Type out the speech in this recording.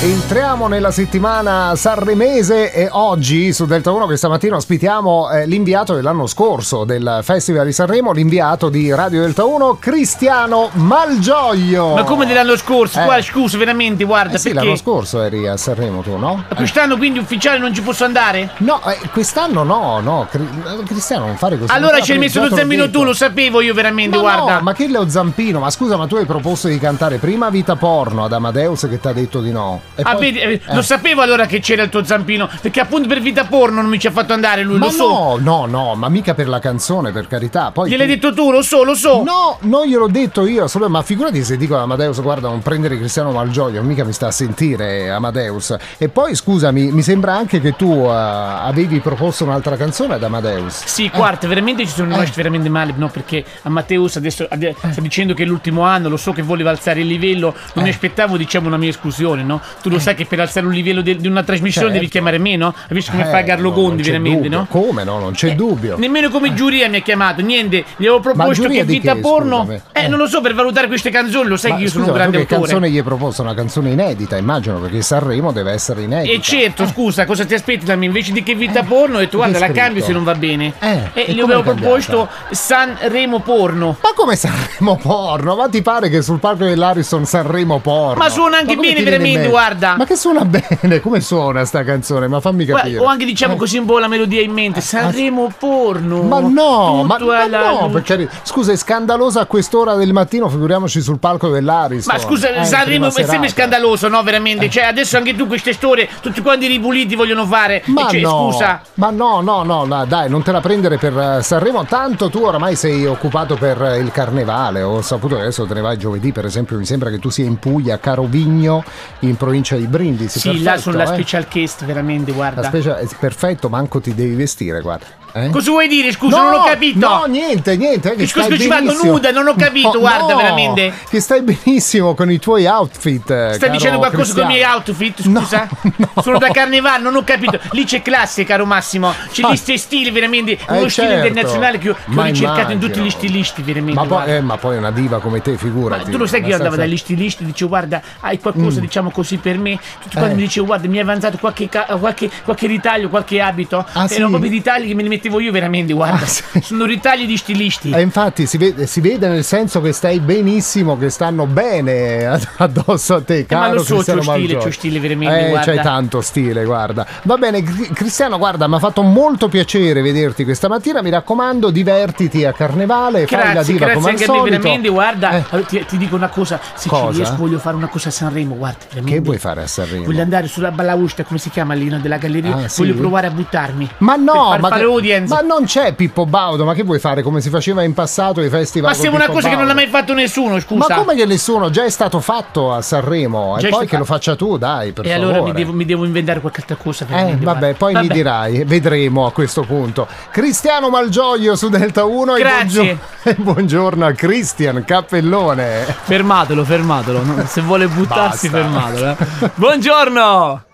Entriamo nella settimana sanremese e oggi su Delta 1 che stamattina ospitiamo eh, l'inviato dell'anno scorso del Festival di Sanremo, l'inviato di Radio Delta 1, Cristiano Malgioglio. Ma come dell'anno scorso? Eh. Guarda, scusa, veramente, guarda, Eh sì, perché l'anno scorso eh. eri a Sanremo tu, no? Ma quest'anno quindi ufficiale non ci posso andare? No, eh, quest'anno no, no, Cri- Cristiano non fare così. Allora Non ci hai messo già lo te zammino detto. tu, lo sapevo io veramente, Ma guarda. no, ma che Leo Zampino? Ma scusa, ma tu hai proposto di cantare prima Vita Porno ad Amadeus che ti ha detto di no. E Ah, poi- vedi, eh, eh. Lo sapevo allora che c'era il tuo zampino, perché appunto per vita porno non mi ci ha fatto andare lui, Ma lo so. no, no, no, ma mica per la canzone, per carità. Poi Gliel'hai tu- detto tu, lo so, lo so. No, non gliel'ho detto io, solo- ma figurati se dico a Amadeus, guarda, non prendere Cristiano Malgioglio, mica mi sta a sentire Amadeus. E poi scusami, mi sembra anche che tu eh, avevi proposto un'altra canzone ad Amadeus. Sì, guarda, veramente ci Eh. sono rimasti veramente male, no? Perché a Matteus adesso ade- sta dicendo che è l'ultimo anno, lo so che voleva alzare il livello, non Eh. mi aspettavo, diciamo, una mia esclusione, no? Tu lo sai che per alzare un livello de- di una trasmissione Certo. devi chiamare me, no? Hai visto come Eh, fa Carlo no, non Gondi, c'è veramente, dubbio. no? Eh, Come no, non c'è dubbio. Eh. Nemmeno come giuria mi ha chiamato, niente, gli avevo proposto giuria che di vita che, porno. scusami? Eh, Eh. non lo so, per valutare queste canzoni, lo sai Ma che io sono scusa, un ma tu grande che autore. canzone gli hai proposto? Una canzone inedita, immagino, perché Sanremo deve essere inedita. E certo, scusa, cosa ti aspetti da me? Invece di che vita porno, ho detto guarda, Eh, che la hai cambio scritto? se non va bene. Eh, e e gli come avevo l'hai proposto Sanremo porno. Ma come Sanremo porno? Ma ti pare che sul parco dell'Arison Sanremo porno? Ma suona anche come bene, ti viene in veramente, mente? guarda. Ma che suona bene? Come suona sta canzone? Ma fammi Guarda, capire. Ho anche diciamo così un po' la melodia in mente. Sanremo porno. Eh. Ma no, ma, tutto ma alla no, luce. per carità. scusa, è scandalosa a quest'ora del mattino, figuriamoci sul palco dell'Arison. Ma scusa, Eh, in prima Sanremo è sempre serata. Eh. scandaloso, no? Veramente. Cioè, adesso anche tu queste storie, tutti quanti ripuliti vogliono fare. E Ma cioè, no, scusa. ma no, no, no, no, dai, non te la prendere per eh, Sanremo. Tanto tu oramai sei occupato per eh, il carnevale. Ho saputo che adesso te ne vai giovedì, per esempio. Mi sembra che tu sia in Puglia, a Carovigno, in provincia di Brindisi. Sì, perfetto, là sono la eh. special guest, veramente, La guarda. special- eh, perfetto, manco ti devi vestire, guarda. Eh? Cosa vuoi dire? Scusa, non ho capito. No, niente, niente. eh, Che Che scusa, stai ci vado benissimo. nuda, non ho capito, No, guarda, no, veramente. Che stai benissimo con i tuoi outfit. eh, Stai caro dicendo qualcosa con i Cristiano. miei outfit? No, Scusa? no. Sono da carnevale, non ho capito. Lì c'è classe, caro Massimo. C'è Ah. lì sti stili, veramente. Uno stile certo. internazionale che, ho- che ho Ma ricercato in immagino. tutti gli stilisti, veramente. Ma poi, guarda. eh, ma poi una diva come te, Ma figurati. tu lo sai che io nel andavo senso- dagli stilisti e dicevo guarda hai qualcosa diciamo così per me tutti Mm. quanti Eh. mi dicevano guarda mi hai avanzato qualche, ca- qualche, qualche ritaglio qualche abito Ah, sì? erano proprio i ritagli che me li mettevo io veramente guarda Ah, sì. sono ritagli di stilisti Eh, infatti si vede, si vede nel senso che stai benissimo, che stanno bene ad- addosso a te, caro Eh, ma lo so, Cristiano c'ho stile, Malgioglio. c'ho stile veramente, Eh, guarda. c'hai tanto stile, guarda. Va bene, Cri- Cristiano, guarda, mi ha fatto molto piacere vederti questa mattina. Mi raccomando, divertiti a carnevale, fai la Grazie, diva grazie come al anche a te, solito. veramente. Guarda, Eh. allora, ti, ti dico una cosa: se Cosa? ci riesco, voglio fare una cosa a Sanremo. Guarda, veramente. Che vuoi fare a Sanremo? Voglio andare sulla balaustra, come si chiama lì, no, della galleria. Ah, sì? Voglio provare a buttarmi. Ma no, per far ma, fare che- ma audience. Ma, non c'è Pippo Baudo, ma che vuoi fare come si faceva in passato ai festival? con se è una Pippo cosa che non ha Baudo? mai fatto nessuno, Ma scusa. come che nessuno? Già è stato fatto a Sanremo. Già e è poi stato che lo fatto. faccia tu, dai, per E favore. allora mi devo, mi devo inventare qualche altra cosa. Eh, veramente, vabbè, guarda. poi mi dirai, vedremo a questo punto. Cristiano Malgioglio su Delta 1 e Grazie. buongior- e buongiorno a Cristian Cappellone. Fermatelo, fermatelo. no, Se vuole buttarsi, Basta. fermatelo. eh. Buongiorno.